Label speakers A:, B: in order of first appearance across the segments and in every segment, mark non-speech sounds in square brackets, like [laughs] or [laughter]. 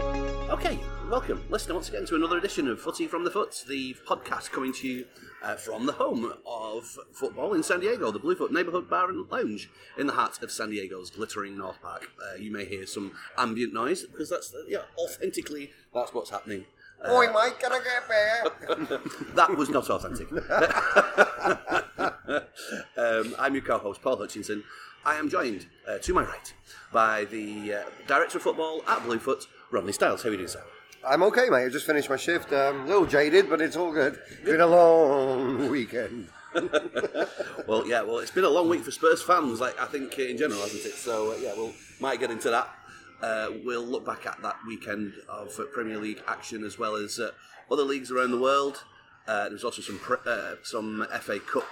A: Okay, welcome, listener, once again to another edition of Footy from the Foot, the podcast coming to you uh, from the home of football in San Diego, the Bluefoot Neighborhood Bar and Lounge in the heart of San Diego's glittering North Park. Uh, you may hear some ambient noise because that's uh, yeah, authentically that's what's happening. [laughs]
B: Oi, mate, can I get there?
A: That was not authentic. [laughs] um, I'm your co-host Paul Hutchinson. I am joined uh, to my right by the uh, director of football at Bluefoot, Ronnie Styles. How are you doing, sir?
B: [laughs] I'm okay, mate. I just finished my shift. Um, a little jaded, but it's all good. It's been a long weekend.
A: Well, yeah, well, it's been a long week for Spurs fans, like I think uh, in general, hasn't it? So, uh, yeah, we'll might get into that. Uh, we'll look back at that weekend of uh, Premier League action as well as uh, other leagues around the world. Uh, there's also some pre- uh, some FA Cup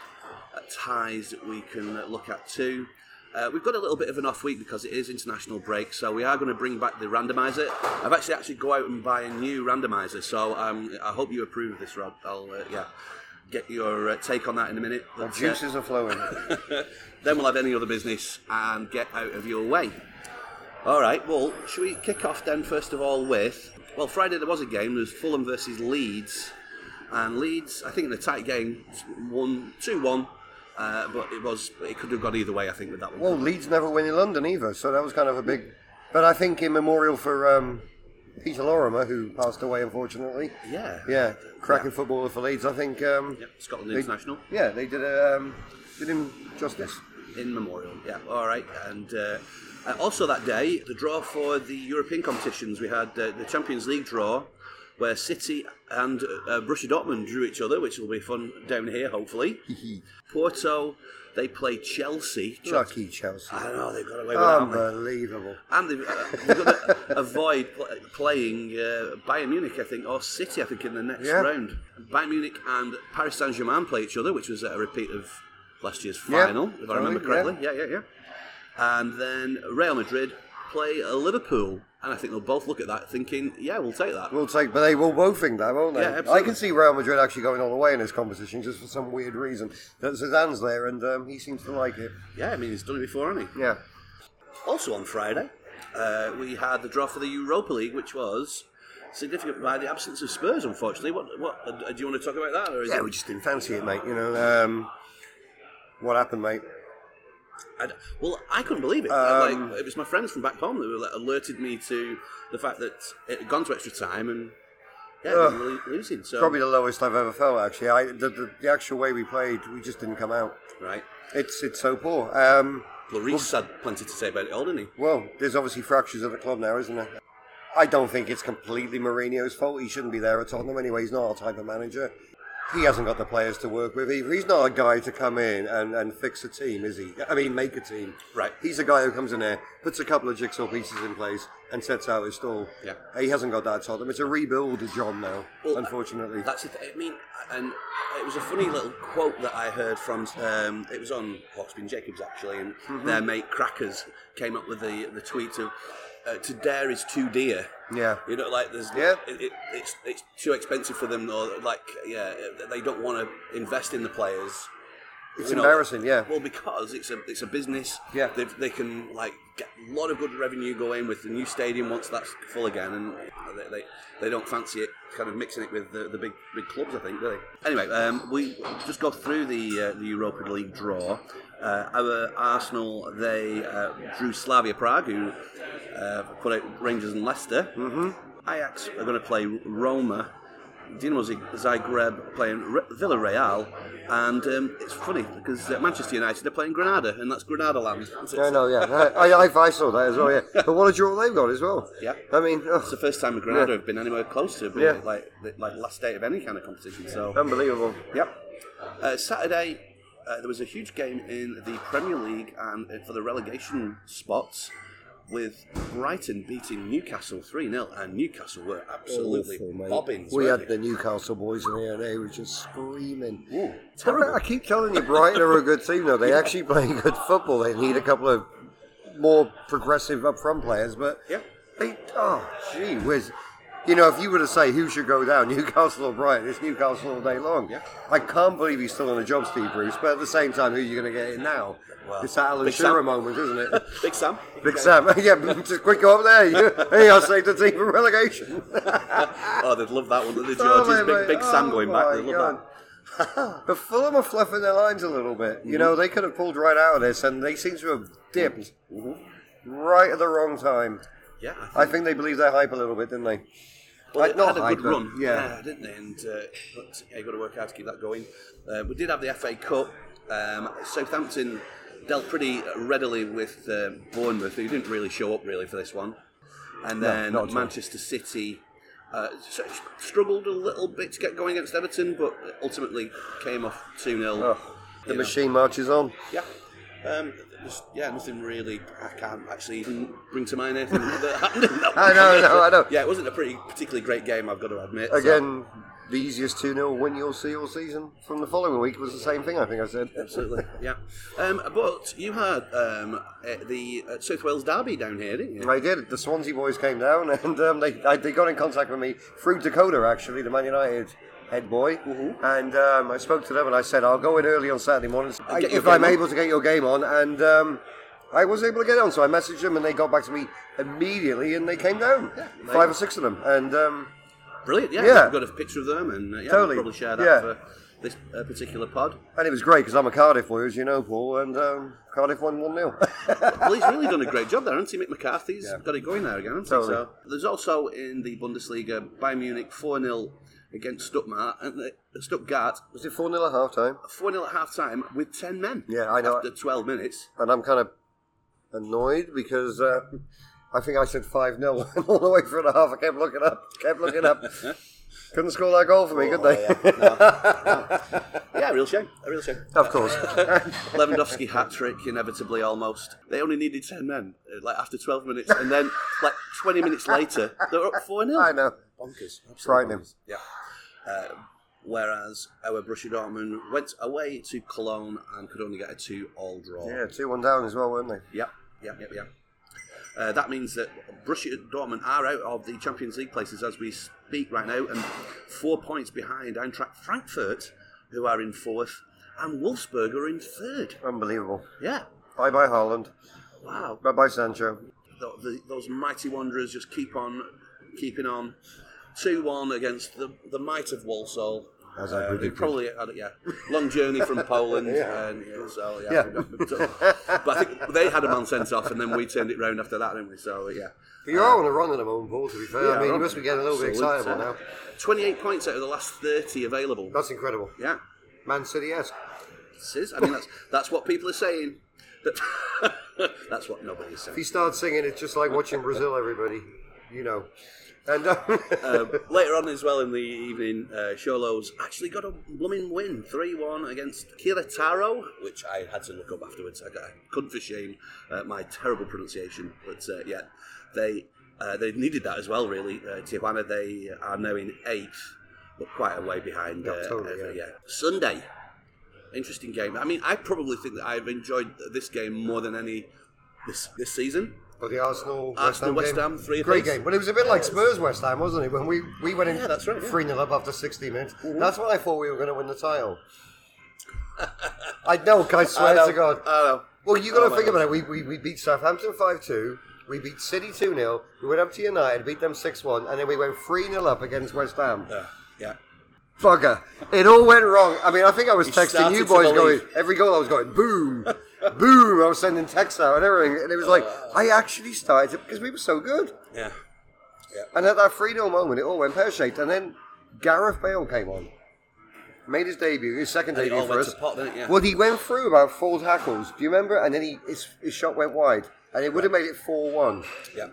A: uh, ties that we can uh, look at too. Uh, we've got a little bit of an off week because it is international break, so we are going to bring back the randomizer. I've actually actually go out and buy a new randomizer, so um, I hope you approve of this, Rob. I'll uh, yeah get your uh, take on that in a minute. but, uh,
B: Juices are flowing.
A: [laughs] then we'll have any other business and get out of your way. All right, well, should we kick off then, first of all, with. Well, Friday there was a game, there was Fulham versus Leeds. And Leeds, I think, in a tight game, won 2 1. Uh, but it was it could have gone either way, I think, with that one.
B: Well, Leeds never win in London either, so that was kind of a big. But I think in memorial for um, Peter Lorimer, who passed away unfortunately.
A: yeah.
B: Yeah, cracking footballer for Leeds. I think. Um,
A: Yeah, Scotland International.
B: Yeah, they did, um, did him justice.
A: in memorial. Yeah, all right. And uh, uh, also that day, the draw for the European competitions, we had uh, the Champions League draw, where City and uh, Borussia Dortmund drew each other, which will be fun down here, hopefully. Porto, they play Chelsea. Chel-
B: Lucky Chelsea.
A: I know they've got away with that. haven't they?
B: Unbelievable.
A: And they've, uh, they've got to [laughs] avoid pl- playing uh, Bayern Munich, I think, or City, I think, in the next
B: Yeah.
A: round. Bayern Munich and Paris Saint Germain play each other, which was a repeat of last year's
B: Yeah,
A: final, if I
B: totally,
A: remember correctly. Yeah. yeah, yeah, And then Real Madrid play uh, Liverpool, and I think they'll both look at that thinking, yeah, we'll take that.
B: We'll take, but they will both think that, won't they?
A: Yeah, absolutely.
B: I can see Real Madrid actually going all the way in this competition just for some weird reason. That Zidane's there and um, he seems to like it.
A: yeah, I mean, he's done it before, hasn't he?
B: Yeah.
A: Also on Friday, uh, we had the draw for the Europa League, which was significant by the absence of Spurs, unfortunately. What, what uh, do you want to talk about that? Or is
B: Yeah,
A: it-
B: we just didn't fancy it, mate. You know, um, what happened, mate?
A: I'd, well, I couldn't believe it. I- like, it was my friends from back home that were, like, alerted me to the fact that it had gone to extra time and yeah, they were really losing. So
B: Probably the lowest I've ever felt, actually. I, the, the, the actual way we played, we just didn't come out.
A: right,
B: It's, it's so poor. Um,
A: Lloris had plenty to say about it all, didn't he?
B: Well, there's obviously fractures at the club now, isn't there? I don't think it's completely Mourinho's fault. He shouldn't be there at Tottenham anyway. He's not our type of manager. He hasn't got the players to work with either. He's not a guy to come in and, and fix a team, is he? I mean, make a team.
A: Right.
B: He's a guy who comes in there, puts a couple of jigsaw pieces in place, and sets out his stall.
A: Yeah.
B: He hasn't got that at Tottenham. It's a rebuild, John, now,
A: Well,
B: unfortunately.
A: That's it. I mean, and it was a funny little quote that I heard from. Um, it was on Hotspin Jacobs actually, and their mate Crackers came up with the the tweet of uh, "To dare is too dear."
B: Yeah.
A: You know, like there's
B: Yeah.
A: it, it, it's it's too expensive for them, or like yeah, they don't want to invest in the players.
B: It's
A: You know,
B: embarrassing, yeah.
A: Well, because it's a it's a business.
B: Yeah.
A: They've, they can like get a lot of good revenue going with the new stadium once that's full again, and they, they, they don't fancy it kind of mixing it with the, the big big clubs, I think, do they? Anyway, um, we just got through the uh, the Europa League draw. Uh, our Arsenal they uh, drew Slavia Prague, who uh, put out Rangers and Leicester. Mm-hmm. Ajax are going to play Roma. Dinamo Zag- Zagreb playing Re- Villarreal, and um, it's funny because uh, Manchester United are playing Granada, and that's Granada land. It's,
B: I know, yeah. I, I, I saw that as
A: [laughs]
B: well, yeah. But what a draw they've got as well.
A: Yeah.
B: I mean, oh, ugh,
A: the first time Granada have been anywhere close to being
B: Yeah.
A: like the, like last day of any kind of competition. So,
B: unbelievable.
A: yep. Uh, Saturday uh, there was a huge game in the Premier League and uh, for the relegation spots. With Brighton beating Newcastle 3 0, and Newcastle were absolutely
B: Awful, mate.
A: bobbins.
B: We
A: weren't
B: had
A: they?
B: the Newcastle boys in here, and they were just screaming.
A: Ooh,
B: I, I keep telling you, Brighton are a good team, though. They actually play [laughs] good football. They need a couple of more progressive up front players, but
A: Yeah.
B: they, oh, gee whiz. You know, if you were to say who should go down, [laughs] Newcastle or Brighton, it's Newcastle all day long.
A: Yeah.
B: I can't believe he's still on a job, Steve Bruce. But at the same time, who are you going to get in now?
A: Well,
B: it's that Alan
A: Big
B: Shearer
A: Sam.
B: moment, isn't it? [laughs]
A: Big Sam.
B: Big Sam, [laughs] yeah, just quick go up there. [laughs] Hey, I saved the team from relegation.
A: Oh, they'd love that one. The Georges,
B: Oh, mate,
A: big,
B: mate.
A: big Sam
B: Oh,
A: going back.
B: my
A: They'd love that. Mm-hmm.
B: God. [laughs] but Fulham are fluffing their lines a little bit. You know, they could have pulled right out of this, and they seem to have dipped
A: Mm-hmm.
B: right at the wrong time.
A: Yeah, I think,
B: I think they believed their hype a little bit, didn't they?
A: well,
B: like,
A: they
B: not
A: had a
B: high,
A: good
B: but-
A: run,
B: yeah.
A: didn't they? And uh, but, yeah, you got to work hard to keep that going. Uh, we did have the FA Cup. Um, Southampton dealt pretty readily with uh, Bournemouth, who didn't really show up really for this one. And then
B: not at all.
A: Manchester City uh, s- struggled a little bit to get going against Everton, but ultimately came off two 0
B: The machine marches on.
A: Yeah. Um, there's- yeah, nothing really. I can't actually even bring to mind anything that [laughs] happened in that
B: [laughs] I
A: one.
B: know, I know, I know.
A: Yeah, it wasn't a pretty particularly great game, I've got to admit. so-
B: Again, the easiest 2 0 win you'll see all season from the following week was the same thing, I think I said.
A: absolutely, yeah. Um, but you had um, uh, the uh, South Wales derby down here, didn't you?
B: I did. The Swansea boys came down [laughs] and um, they, I, they got in contact with me through Dakota, actually, the Man United head boy. And um, I spoke to them and I said, I'll go in early on Saturday mornings I,
A: get your
B: if I'm
A: game on."
B: able to get your game on. And um, I was able to get on, so I messaged them and they got back to me immediately and they came down.
A: nice.
B: Five or six of them. And um,
A: Brilliant, yeah.
B: Yeah.
A: I've got a picture of them, and uh, yeah,
B: Totally,
A: we'll probably share that
B: yeah.
A: for this uh, particular pod.
B: and it was great because I'm a Cardiff boy, as you know, Paul, and um, Cardiff won 1 0.
A: well, he's really done a great job there, hasn't he? Mick McCarthy's
B: Yeah.
A: got it going there again, hasn't he?
B: Totally.
A: So there's also in the Bundesliga Bayern Munich 4 0 against Stuttgart, and uh, Stuttgart
B: [laughs] was it 4 0 at half time?
A: 4 0 at half time with 10 men.
B: Yeah, I know.
A: After 12 minutes.
B: and I'm kind of annoyed because uh, I think I said five 0 [laughs] all the way through the half. I kept looking up, kept looking up. Couldn't score that goal for me, could they?
A: Yeah, real shame. A real shame.
B: [laughs] of course.
A: Lewandowski hat trick, inevitably almost. They only needed 10 men, uh, like after 12 minutes, and then like 20 minutes later, they're up 4 0.
B: I know.
A: bonkers. absolute
B: Frightening.
A: bonkers. Yeah. Uh, whereas our Borussia Dortmund went away to Cologne and could only get a two-all draw.
B: Yeah, two one down as well, weren't they?
A: Yep. Yep. Yep. Yep. Uh, that means that Borussia Dortmund are out of the Champions League places as we speak right now, and four points behind Eintracht Frankfurt, who are in fourth, and Wolfsburg are in third.
B: Unbelievable.
A: Yeah.
B: Bye bye Haaland.
A: Wow.
B: Bye bye Sancho.
A: Tho- the, those mighty Wanderers just keep on keeping on. 2 1 against the, the might of Walsall.
B: As I
A: Uh,
B: predicted.
A: who probably had a yeah, long journey
B: [laughs]
A: from Poland.
B: Yeah.
A: and, yeah, so, yeah,
B: Yeah.
A: But I think they had a man sent off and then we turned it round after that, didn't we? So, yeah.
B: You are on a run at the moment, Paul. To be fair, I mean, you must be getting a little bit
A: Absolute,
B: excitable
A: uh,
B: now. Oh.
A: 28 points out of the last 30 available.
B: That's incredible.
A: Yeah.
B: Man City esque.
A: This is, I mean, that's, that's what people are saying. That- [laughs] that's what nobody's saying.
B: If he starts singing, it's just like watching Brazil. Everybody, you know. And uh, [laughs]
A: Um, later on as well in the evening, uh, Sholo's actually got a blooming win, 3-1 against Kiritaro, which I had to look up afterwards. I, I couldn't for shame uh, my terrible pronunciation, but uh, yeah, they uh, they needed that as well. Really, uh, Tijuana they are now in eighth, but quite a way behind. Uh,
B: Yeah, totally,
A: every-
B: yeah.
A: yeah. Sunday, interesting game. I mean, I probably think that I've enjoyed this game more than any this this season.
B: But the Arsenal West
A: Arsenal,
B: Ham,
A: West
B: game,
A: Ham, three
B: great
A: apiece.
B: game. Well, it was a bit like Spurs West Ham, wasn't it? When we, we went in
A: Yeah, that's right, yeah.
B: three 0 up after sixty minutes. That's when I thought we were going to win the title. [laughs] I know, I swear to God.
A: I know. Oh
B: Well, you got
A: my
B: to think about it. We, we, we beat Southampton five two. We beat City two 0 We went up to United, beat them six one, and then we went three 0 up against West Ham.
A: Uh, yeah.
B: Bugger! It all went wrong. I mean, I think I was texting
A: started
B: you
A: to
B: boys going
A: believe.
B: every goal. I was going boom, boom. I was sending texts out and everything, and it was like I actually started to, because we were so good.
A: Yeah.
B: And at that 3 0 moment, it all went pear shaped. And then Gareth Bale came on, made his debut, his second
A: And it
B: debut
A: all
B: for
A: went
B: us.
A: to pot, didn't it? Yeah.
B: Well, he went through about four tackles. Do you remember? And then he, his, his shot went wide, and it would have made it 4 1.
A: Yeah.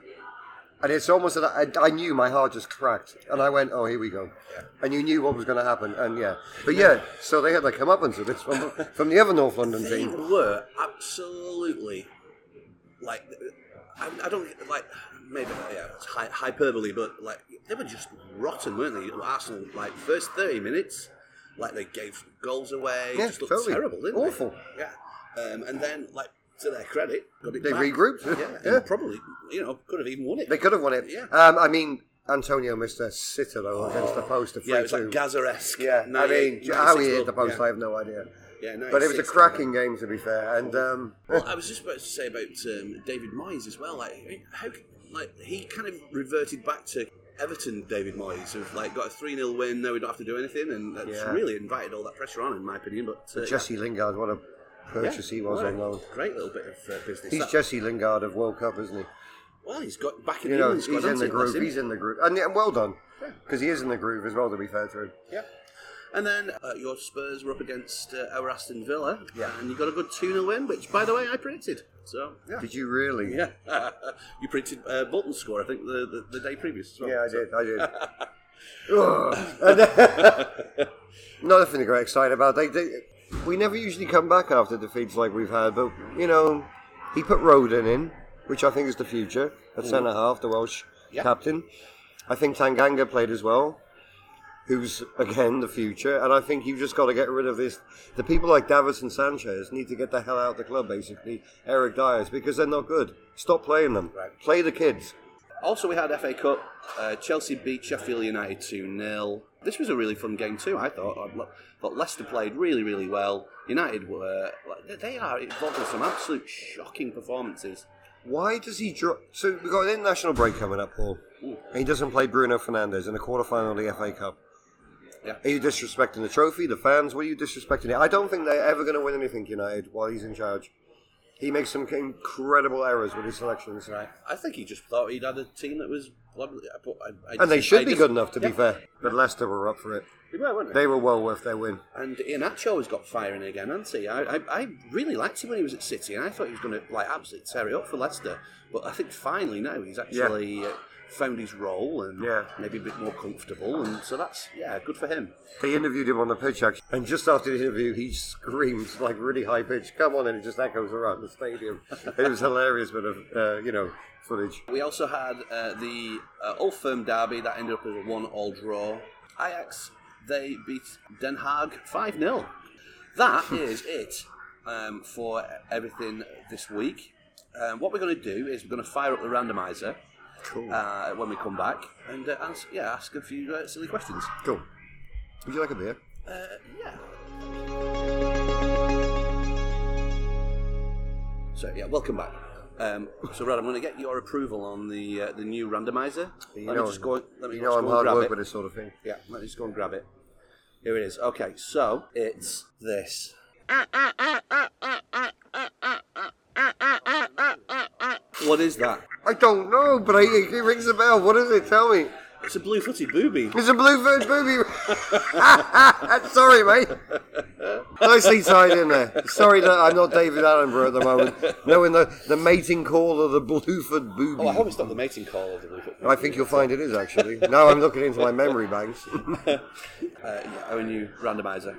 B: And it's almost that I, I knew my heart just cracked, and I went, "Oh, here we go," and you knew what was going to happen, and yeah, but yeah. So they had their comeuppance with this from from the other North London
A: They
B: team.
A: were absolutely like I, I don't like maybe yeah it's hy- hyperbole, but like they were just rotten, weren't they? Arsenal like first thirty minutes, like they gave goals away,
B: Yeah,
A: just looked
B: totally.
A: terrible, didn't
B: Awful.
A: they? Yeah, um, and then like to their credit, got it
B: They
A: back.
B: regrouped.
A: Yeah, and
B: [laughs] Yeah.
A: probably you know could have even won it.
B: They could have won it.
A: Yeah.
B: Um, I mean, Antonio missed a sitter though against the post.
A: Yeah, it was like Gazaresque.
B: yeah. I mean, how he hit the post, I have no idea.
A: Yeah,
B: But it was a
A: 96,
B: cracking game, to be fair. And
A: Oh.
B: um,
A: Well, I was just about to say about um, David Moyes as well. Like, I mean, how, c- like he kind of reverted back to Everton. David Moyes of like got a three 0 win. Now we don't have to do anything, and that's
B: Yeah.
A: really invited all that pressure on, in my opinion. But uh,
B: Jesse Lingard, what a
A: yeah.
B: purchase he was
A: Well,
B: on loan.
A: Great little bit of uh, business.
B: He's
A: That-
B: Jesse Lingard of World Cup, isn't he?
A: well, he's got back in
B: You
A: the
B: know,
A: England
B: he's
A: squad.
B: in
A: hasn't
B: the
A: he? Bless
B: groove.
A: him.
B: He's in the groove, and, yeah, well done, because he is in the groove as well. To be fair to him,
A: Yeah. And then uh, your Spurs were up against uh, our Aston Villa,
B: Yeah.
A: and you got a good 2 0 win, which, by the way, I predicted. So, yeah.
B: did you really?
A: Yeah. [laughs] you predicted uh, Bolton's score, I think, the, the, the day previous as well.
B: Yeah, I
A: So-
B: did. I did. Ugh.
A: [laughs]
B: [laughs] And- Nothing to get excited about. They, they, we never usually come back after defeats like we've had, but you know, he put Roden in, which I think is the future at centre half, the Welsh
A: Yeah.
B: captain. I think Tanganga played as well, who's again the future. And I think you've just got to get rid of this. The people like Davis and Sanchez need to get the hell out of the club, basically. Eric Dyers, because they're not good. Stop playing them.
A: Right.
B: Play the kids.
A: Also, we had FA Cup. Uh, Chelsea beat Sheffield United 2 0. This was a really fun game, too, I thought. I lo- thought Leicester played really, really well. United were. like, they- They are involved in some absolute shocking performances.
B: Why does he drop? So we've got an international break coming up, Paul.
A: Ooh.
B: And he doesn't play Bruno Fernandes in the quarterfinal of the FA Cup.
A: Yeah.
B: Are you disrespecting the trophy, the fans? What are you disrespecting? It? I don't think they're ever going to win anything, United, while he's in charge. He makes some incredible errors with his selections.
A: Right. I think he just thought he'd had a team that was. I, I,
B: And they should
A: I
B: be
A: just-
B: good enough, to
A: Yeah.
B: be fair. But Leicester were up for it.
A: They were, weren't they?
B: They were well worth their win.
A: And Ian Atcho's got firing again, hasn't he? I, I, I really liked him when he was at City, and I thought he was going to like absolutely tear it up for Leicester. But I think finally now he's actually uh, found his role and
B: Yeah.
A: maybe a bit more comfortable, and so that's yeah, good for him.
B: They interviewed him on the pitch, actually, and just after the interview, he screams like really high pitched, "Come on!" and it just echoes around the stadium. [laughs] it was hilarious bit of uh, you know footage.
A: We also had uh, the uh, Old Firm derby that ended up as a one-all draw. Ajax they beat Den Haag five 0 That is it um, for everything this week. Um, what we're going to do is we're going to fire up the randomizer.
B: Cool.
A: uh, when we come back and uh, answer, yeah, ask a few uh, silly questions.
B: cool. Would you like a beer?
A: Uh, yeah. So yeah, welcome back. Um, so Rod, I'm going to get your approval on the uh, the new randomizer.
B: You
A: let
B: know,
A: me just go. Let me
B: you
A: just
B: know I'm
A: go
B: hard
A: grab
B: work
A: it.
B: with this sort of thing.
A: Yeah, let me just go and grab it. Here it is. Okay, so it's this. What is that?
B: I don't know, but I, it rings a bell. What does it? Tell me.
A: It's a blue-footed booby.
B: It's a bluebird booby. [laughs] Sorry, mate. Nicely tied in there. Sorry that I'm not David Attenborough at the moment. Knowing the, the mating call of the blueford booby.
A: Oh, I hope it's not the mating call of the blue-footed.
B: I think you'll find it is actually. now I'm looking into my memory banks.
A: Uh, yeah, our new randomizer.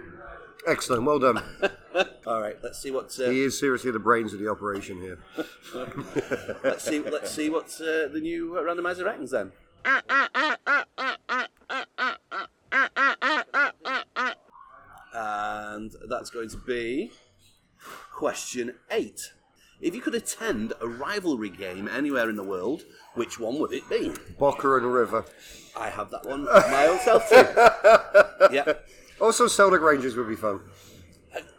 B: Excellent, well done.
A: All right, let's see what uh,
B: He is seriously the brains of the operation here.
A: let's see let's see what uh, the new uh, randomizer reckons then. And that's going to be question eight. If you could attend a rivalry game anywhere in the world, which one would it be?
B: Bocker and River.
A: I have that one my own self too. yeah,
B: Also, Celtic Rangers would be fun.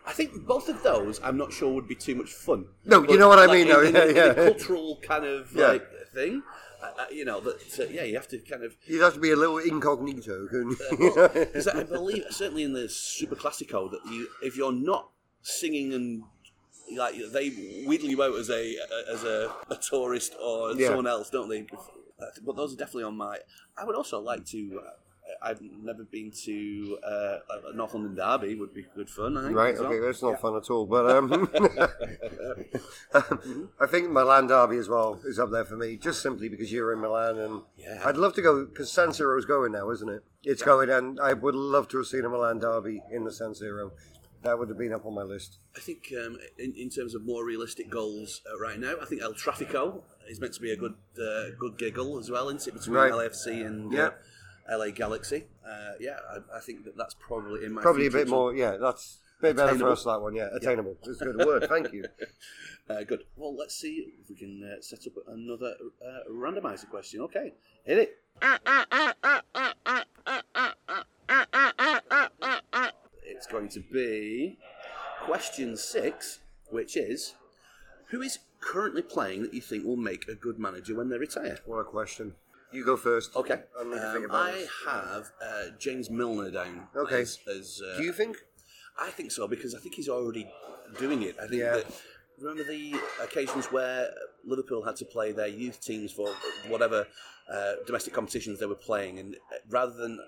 A: I think both of those I'm not sure would be too much fun.
B: No, you know what I
A: like,
B: mean,
A: in-
B: though.
A: in a-
B: [laughs] Yeah,
A: in a
B: yeah.
A: cultural kind of
B: Yeah.
A: like thing, uh, uh, you know that. Uh, yeah, you have to kind of
B: You'd have to be a little incognito, couldn't you? [laughs]
A: because I believe certainly in the Super Classico that you, if you're not singing and like they wheedle you out as a as a, a tourist or
B: Yeah.
A: someone else, don't they? Uh, But those are definitely on my. I would also like to. Uh, I've never been to uh, a North London Derby. Would be good fun, I think.
B: Right,
A: as well.
B: okay, that's not fun at all. But um, [laughs] um, I think Milan Derby as well is up there for me, just simply because you're in Milan. and
A: Yeah.
B: I'd love to go, because San Siro's going now, isn't it? It's going, and I would love to have seen a Milan Derby in the San Siro. That would have been up on my list.
A: I think um, in, in terms of more realistic goals uh, right now, I think El Trafico is meant to be a good uh, good giggle as well, isn't it? Between
B: Right.
A: LAFC and
B: Yeah.
A: uh, LA Galaxy. Uh, yeah, I, I think that that's probably in my
B: Probably a
A: future
B: bit
A: as
B: more, yeah, that's a bit better for
A: Attainable.
B: us, that one, yeah. Attainable. It's a good word, thank you. [laughs]
A: well. Uh, good. Well, let's see if we can uh, set up another uh, randomizer question. Okay, hit it. It's going to be question six, which is who is currently playing that you think will make a good manager when they retire?
B: What a question. You go first.
A: Okay.
B: I need to think
A: Um,
B: about
A: I
B: this.
A: have uh, James Milner down.
B: Okay.
A: As, as, uh,
B: Do you think?
A: I think so because I think he's already doing it. I think
B: Yeah.
A: that remember the occasions where Liverpool had to play their youth teams for whatever uh, domestic competitions they were playing, and uh, rather than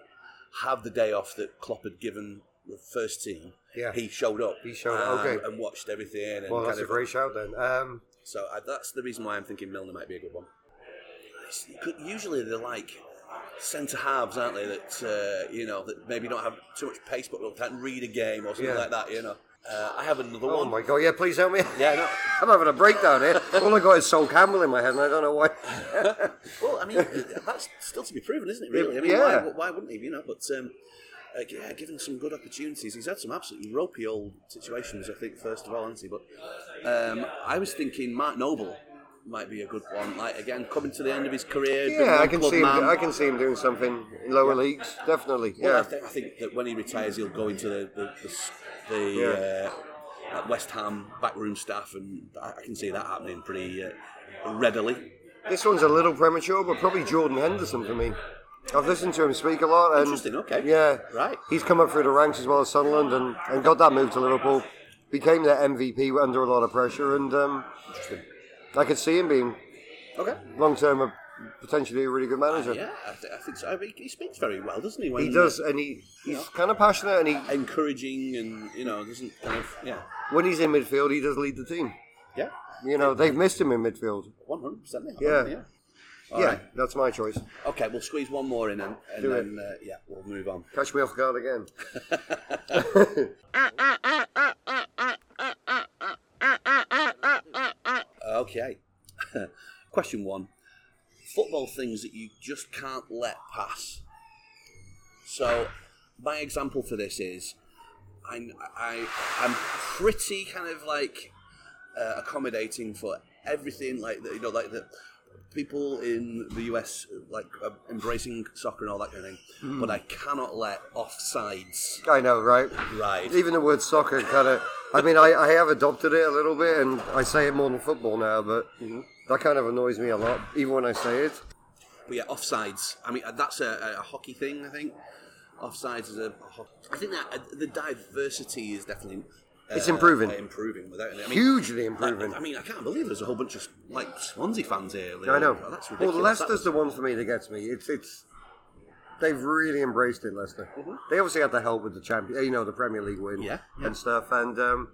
A: have the day off that Klopp had given the first team,
B: Yeah.
A: he showed up.
B: He showed up,
A: um,
B: okay.
A: and watched everything. And
B: Well,
A: kind
B: that's a
A: of-
B: great shout then. Um,
A: so I, that's the reason why I'm thinking Milner might be a good one. It's- you could- Usually they're like centre halves, aren't they? That uh, you know that maybe don't have too much pace, but will can read a game or something
B: Yeah.
A: like that. You know, uh, I have another
B: oh
A: one.
B: my god, yeah, please help me.
A: Yeah, no.
B: I'm having a breakdown [laughs] here. All I got is Sol Campbell in my head, and I don't know why.
A: Well, I mean, [laughs] that's still to be proven, isn't it? Really? I mean,
B: Yeah.
A: why, why wouldn't he? You know, but um, uh, yeah, given some good opportunities, he's had some absolutely ropey old situations. I think first of all, hasn't he? But um, I was thinking Mark Noble might be a good one. Like again, coming to the end of his career. been
B: Yeah, I
A: one
B: can
A: club
B: see him.
A: man.
B: I can see him doing something in lower leagues, definitely.
A: Well, I,
B: Yeah,
A: think, I think that when he retires, he'll go into the the, the, s- the uh, at West Ham backroom staff, and I, I can see that happening pretty uh, readily.
B: this one's a little premature, but probably Jordan Henderson for me. I've listened to him speak a lot, and
A: Interesting, okay.
B: yeah,
A: Right.
B: He's come up through the ranks as well as Sunderland, and, and got that move to Liverpool. Became their MVP under a lot of pressure, and um, I could see him being
A: Okay.
B: long term a potentially a really good manager.
A: Yeah, I, th- I think so. I mean, he speaks very well, doesn't he? When
B: He does, and he, he's
A: Yeah.
B: kind of passionate, and he
A: encouraging, and you know, doesn't kind of yeah,
B: when he's in midfield, he does lead the team.
A: yeah,
B: You know, they've missed him in midfield.
A: one hundred percent.
B: Yeah.
A: yeah. All
B: yeah,
A: right.
B: that's my choice.
A: Okay, we'll squeeze one more in, and, and
B: Do it.
A: then uh, yeah, we'll move on.
B: Catch me off guard again.
A: Okay. [laughs] Question one. Football things that you just can't let pass. So, my example for this is I'm, I, I'm pretty kind of like uh, accommodating for everything, like, the, you know, like the people in the US, like, uh, embracing soccer and all that kind of thing. But I cannot let offsides
B: I know, right?
A: ride.
B: Even the word soccer kind of. I mean, I, I have adopted it a little bit, and I say it more than football now, but
A: Mm-hmm.
B: that kind of annoys me a lot, even when I say it.
A: But yeah, offsides. I mean, that's a, a hockey thing. I think offsides is a. ho- I think that uh, the diversity is definitely. uh,
B: It's improving.
A: Improving without it. I mean,
B: Hugely
A: like,
B: improving.
A: I mean, I can't believe there's a whole bunch of like Swansea fans here. Like,
B: I know.
A: oh, That's
B: well,
A: ridiculous. That
B: Leicester's
A: was-
B: the one for me that gets me. It's it's they've really embraced it, Leicester. They obviously had the help with the champion, you know, the Premier League win,
A: Mm-hmm. Yeah, yeah.
B: and stuff. And um,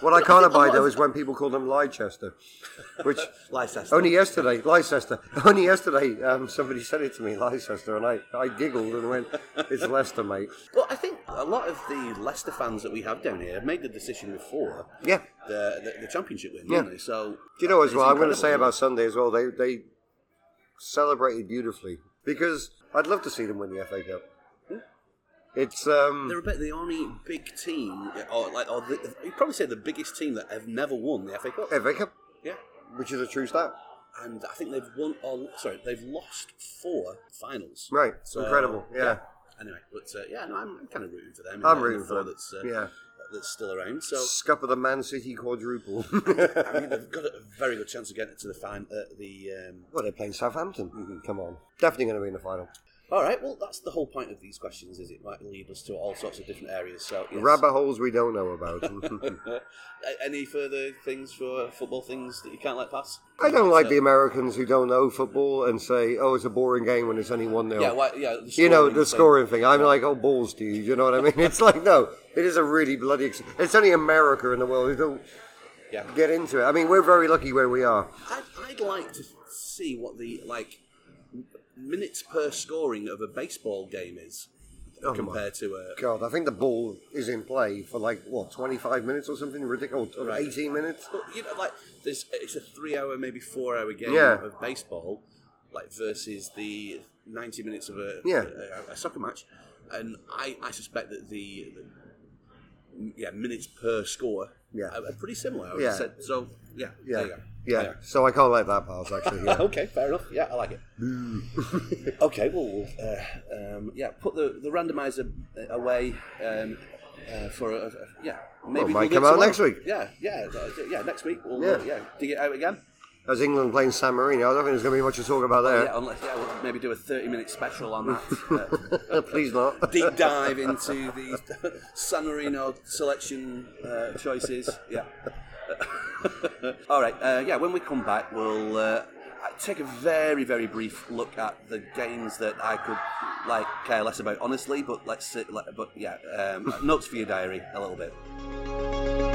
B: what
A: I
B: I can't
A: think a
B: abide
A: lot
B: though
A: of-
B: is when people call them Leicester,
A: [laughs]
B: which
A: Leicester.
B: only yesterday, Leicester, [laughs] only yesterday, um, somebody said it to me, Leicester, and I, I giggled and went, "It's Leicester, mate."
A: But I think a lot of the Leicester fans that we have down here have made the decision before
B: Yeah.
A: the, the, the championship win,
B: Yeah.
A: didn't they? So
B: Do you know as
A: it's
B: well? I'm going
A: incredible.
B: to say about Sunday as well. They they celebrated beautifully because I'd love to see them win the FA Cup.
A: Hmm?
B: It's um,
A: They're about the only big team, or like, or the, you'd probably say the biggest team that have never won the FA Cup.
B: FA Cup,
A: Yeah.
B: which is a true stat.
A: and I think they've won. Or, sorry, they've lost four finals.
B: Right,
A: So,
B: incredible. Yeah,
A: Anyway, but uh, yeah, no, I'm, I'm kind of rooting for them.
B: I'm
A: in the
B: rooting for
A: four
B: them.
A: That's, uh,
B: yeah,
A: that's still around.
B: [laughs]
A: So
B: scup of the Man
A: [laughs]
B: City quadruple. [laughs]
A: I mean, they've got a very good chance of getting to the final. Uh, the um...
B: well, they're playing Southampton.
A: Mm-hmm.
B: Come on, definitely going to be in the final.
A: all right. Well, that's the whole point of these questions. Is it might lead us to all sorts of different areas. So yes.
B: Rabbit holes we don't know about.
A: [laughs] A- Any further things for football things that you can't let pass?
B: I don't like
A: So-
B: the Americans who don't know football and say, "Oh, it's a boring game when it's only one 0
A: Yeah, why, yeah. The
B: you know
A: scoring thing.
B: the scoring thing. I'm like, oh balls, to you? You know what I mean? It's like no, it is a really bloody. Ex- it's only America in the world who don't
A: Yeah.
B: get into it. I mean, we're very lucky where we are.
A: I'd, I'd like to see what the like minutes per scoring of a baseball game is
B: Oh my
A: compared to a
B: God, I think the ball is in play for like what 25 minutes or something ridiculous, or
A: Right.
B: 18 minutes.
A: But, you know like there's it's a three hour maybe four hour game
B: Yeah.
A: of baseball like versus the 90 minutes of a
B: Yeah.
A: a, a soccer match and I, I suspect that the, the yeah minutes per score
B: Yeah.
A: Uh, pretty similar. I would
B: Yeah.
A: have said. So yeah,
B: Yeah.
A: there you go.
B: Yeah.
A: Yeah.
B: So I can't let that pass,
A: [laughs]
B: actually. Yeah.
A: Okay, fair enough. Yeah, I like it.
B: [laughs]
A: okay, well, we'll uh, um, yeah, put the, the randomizer uh, away um, uh, for a, a- yeah. Maybe
B: Well, it might
A: do it
B: come out
A: tomorrow.
B: next week.
A: Yeah, yeah, uh, yeah. Next week we'll
B: Yeah.
A: yeah, yeah dig it out again.
B: As England playing San Marino, I don't think there's going to be much to talk about
A: Oh, Yeah,
B: there.
A: unless yeah, we'll maybe do a thirty minute special on
B: [laughs]
A: that. uh,
B: Please
A: [laughs]
B: not.
A: deep dive into the San Marino selection uh, choices. Yeah. [laughs] All right. Uh, yeah. When we come back, we'll uh, take a very, very brief look at the games that I could like care less about, honestly. But let's. sit- Let, but yeah. Um, notes for your diary, a little bit.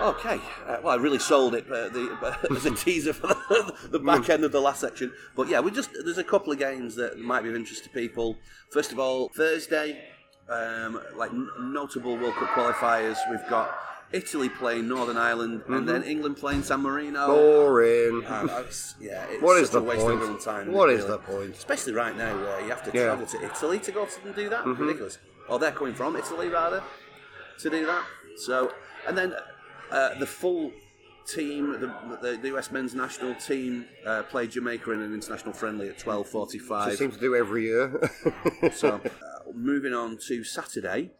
A: Okay, uh, well, I really sold it uh, [laughs] the, as a teaser for the, the back end of the last section. But yeah, we just there's a couple of games that might be of interest to people. First of all, Thursday, um, like n- notable World Cup qualifiers, we've got Italy playing Northern Ireland,
B: Mm-hmm.
A: and then England playing San Marino.
B: Boring.
A: Uh, that's- yeah, it's
B: Oh. What is
A: such
B: the
A: a waste
B: point?
A: of everyone's time.
B: What
A: really.
B: is the point?
A: Especially right now, where you have to
B: Yeah.
A: travel to Italy to go to and do that. Ridiculous. Or they're coming from Italy rather to do that. So, and then uh, the full team, the, the, the US men's national team, uh, played Jamaica in an international friendly at twelve
B: They
A: forty-five.
B: seem to do every year. [laughs]
A: So, uh, moving on to Saturday,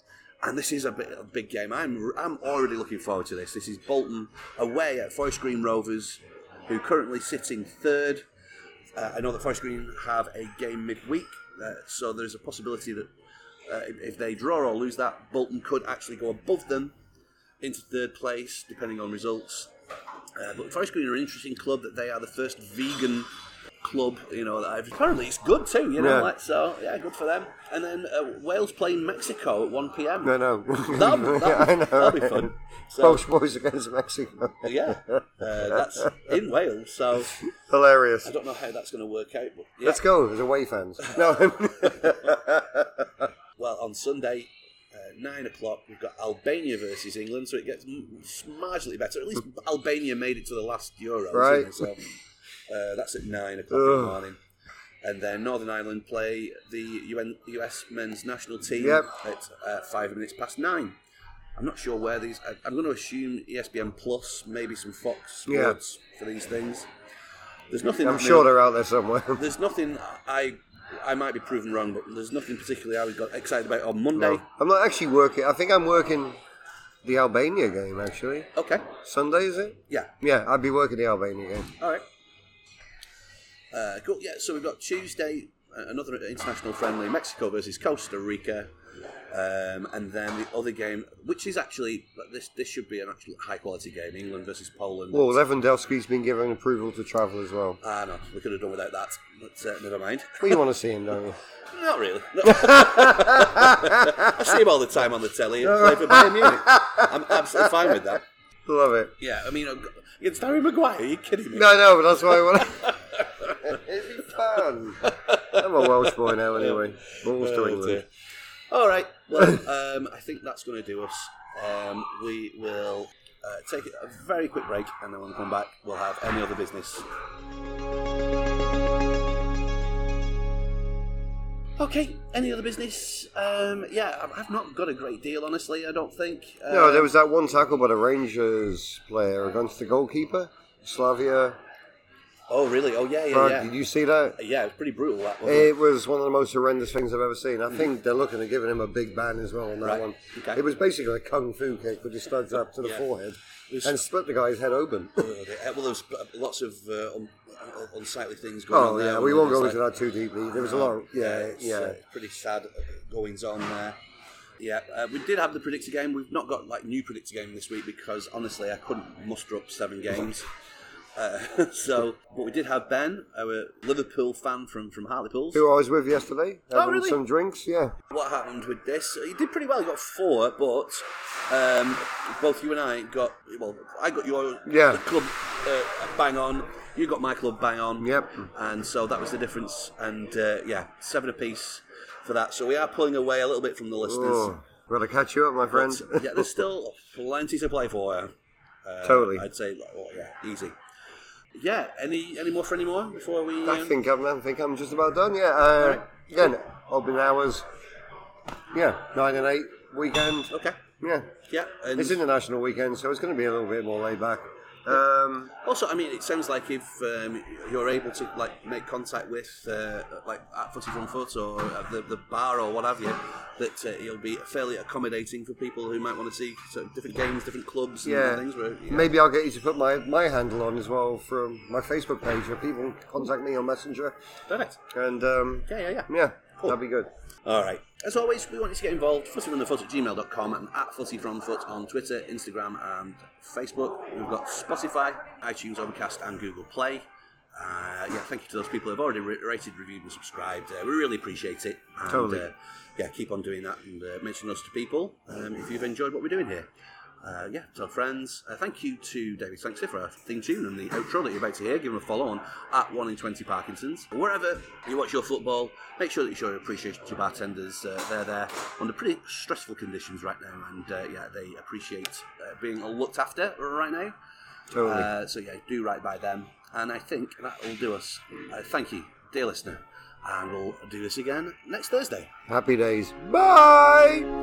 A: and this is a, bit, a big game. I'm I'm already looking forward to this. This is Bolton away at Forest Green Rovers, who currently sit in third. Uh, I know that Forest Green have a game midweek, uh, so there's a possibility that uh, if- if they draw or lose that, Bolton could actually go above them into third place, depending on results. Uh, but Forest Green are an interesting club that they are the first vegan club, you know, that I've, apparently it's good too, you know,
B: Yeah.
A: like, so yeah, good for them. And then uh, Wales playing Mexico at 1 pm.
B: no, no.
A: [laughs] That'll,
B: [laughs]
A: be-
B: Yeah, I
A: that'll,
B: know,
A: that'll be
B: right?
A: fun. So,
B: [laughs] Welsh boys against Mexico.
A: yeah, uh, that's in Wales, so
B: Hilarious.
A: I don't know how that's going to work out. But yeah.
B: Let's go. There's away fans. No. [laughs]
A: Well, on Sunday, uh, nine o'clock, we've got Albania versus England, so it gets m- marginally better. At least
B: [laughs]
A: Albania made it to the last Euro,
B: Right.
A: So uh, that's at nine o'clock in
B: Ugh.
A: the morning. And then Northern Ireland play the UN, US men's national team
B: Yep.
A: at uh, five minutes past nine. I'm not sure where these. I, I'm going to assume E ESPN Plus, maybe some Fox
B: Yeah.
A: Sports for these things. There's nothing.
B: I'm
A: that
B: sure
A: made-
B: they're out there somewhere. [laughs]
A: there's nothing I I might be proven wrong, but there's nothing particularly I was got excited about on Monday.
B: I'm not actually working. I think I'm working the Albania game, actually.
A: Okay,
B: Sunday, is it?
A: yeah,
B: Yeah, I'd be working the Albania game.
A: all right. Uh, cool. Yeah, so we've got Tuesday, uh, another international friendly, Mexico versus Costa Rica, um, and then the other game, which is actually this this should be an actual high quality game, England versus Poland.
B: Well, Lewandowski's been given approval to travel as well.
A: Ah no, we could have done without that, but uh, never mind.
B: Well, you want to see him, don't you?
A: Not really. No. [laughs] I see him all the time on the telly and play for Bayern Munich. I'm absolutely fine with that.
B: [laughs] Love it.
A: Yeah, I mean, I've got- against Harry Maguire, are you kidding me?
B: No, no, but that's why I want to. [laughs] It'd be fun. I'm a Welsh boy now, anyway. Balls to
A: Oh,
B: England.
A: dear. [laughs] All right.
B: [laughs]
A: Well, um, I think that's going to do us. Um, we will uh, take a very quick break, and then when we come back, we'll have any other business. Okay, any other business? Um, yeah, I've- I've not got a great deal, honestly. I don't think. Uh,
B: No, there was that one tackle by the Rangers player against the goalkeeper, Slavia.
A: Oh, really? Oh, yeah, yeah,
B: Prague.
A: yeah.
B: Did you see that?
A: Yeah, it was pretty brutal that one.
B: It was one of the most horrendous things I've ever seen. I think they're looking at giving him a big ban as well on that
A: Right.
B: one.
A: Okay.
B: It was basically a kung fu kick, but he slugged up to the
A: Yeah.
B: forehead
A: was-
B: and split the guy's
A: [laughs]
B: head open.
A: Uh, Well, there's lots of uh, un- un- unsightly things going on
B: Oh
A: there.
B: yeah, we won't go
A: It's
B: into
A: like-
B: that too deeply. There was a lot. Of, yeah,
A: it's,
B: yeah.
A: uh, pretty sad uh, goings on there. Yeah, uh, we did have the predictor game. We've not got like new predictor game this week because honestly, I couldn't muster up seven
B: [laughs]
A: games. Uh, [laughs] so, but we did have Ben, our Liverpool fan from from Hartlepool.
B: Who I was with yesterday, having
A: Oh, really?
B: some drinks. Yeah,
A: What happened with this? He did pretty well. He got four, but um, both you and I got. Well, I got your
B: Yeah.
A: club uh, bang on. You got my club bang on.
B: Yep.
A: And so that was the difference. And uh, yeah, seven apiece for that. So we are pulling away a little bit from the listeners.
B: Oh, gotta catch you up, my friend.
A: But, yeah, there's still plenty to play for. Uh,
B: Totally.
A: I'd say, oh, yeah, easy. Yeah. Any any more for any more before we?
B: I
A: um,
B: think I'm. I think I'm just about done. Yeah. Uh,
A: right.
B: Again, open hours. Yeah, nine and eight. weekend.
A: Okay.
B: Yeah,
A: Yeah. And
B: it's international weekend, so it's going to be a little bit more laid back. Um,
A: Also, I mean, it sounds like if um, you're able to like make contact with uh, like at Footy on Foot or at the, the bar or what have you, that uh, you'll be fairly accommodating for people who might want to see sort of different games, different clubs, and
B: yeah,
A: things. Where, yeah.
B: maybe I'll get you to put my, my handle on as well from my Facebook page, where people contact me on Messenger,
A: Perfect.
B: and um,
A: Yeah, yeah, yeah.
B: yeah, that'd be good.
A: All right. As always, we want you to get involved. FootyFromTheFoot at gmail.com and at FootyFromFoot on Twitter, Instagram, and Facebook. We've got Spotify, iTunes, Overcast, and Google Play. Uh, yeah, thank you to those people who've already re- rated, reviewed, and subscribed. Uh, we really appreciate it. And,
B: Totally.
A: Uh, yeah, keep on doing that and uh, mention us to people um, if you've enjoyed what we're doing here. Uh, yeah, tell friends. Uh, thank you to David Sankster for our theme tune and the outro that you're about to hear. Give him a follow on at 1 in 20 Parkinson's. Wherever you watch your football, make sure that you show your appreciation to bartenders. Uh, they're there under pretty stressful conditions right now, and uh, yeah, they appreciate uh, being looked after right now.
B: Totally.
A: Uh, so yeah, do right by them. And I think that will do us. Uh, thank you, dear listener. And we'll do this again next Thursday.
B: Happy days. Bye.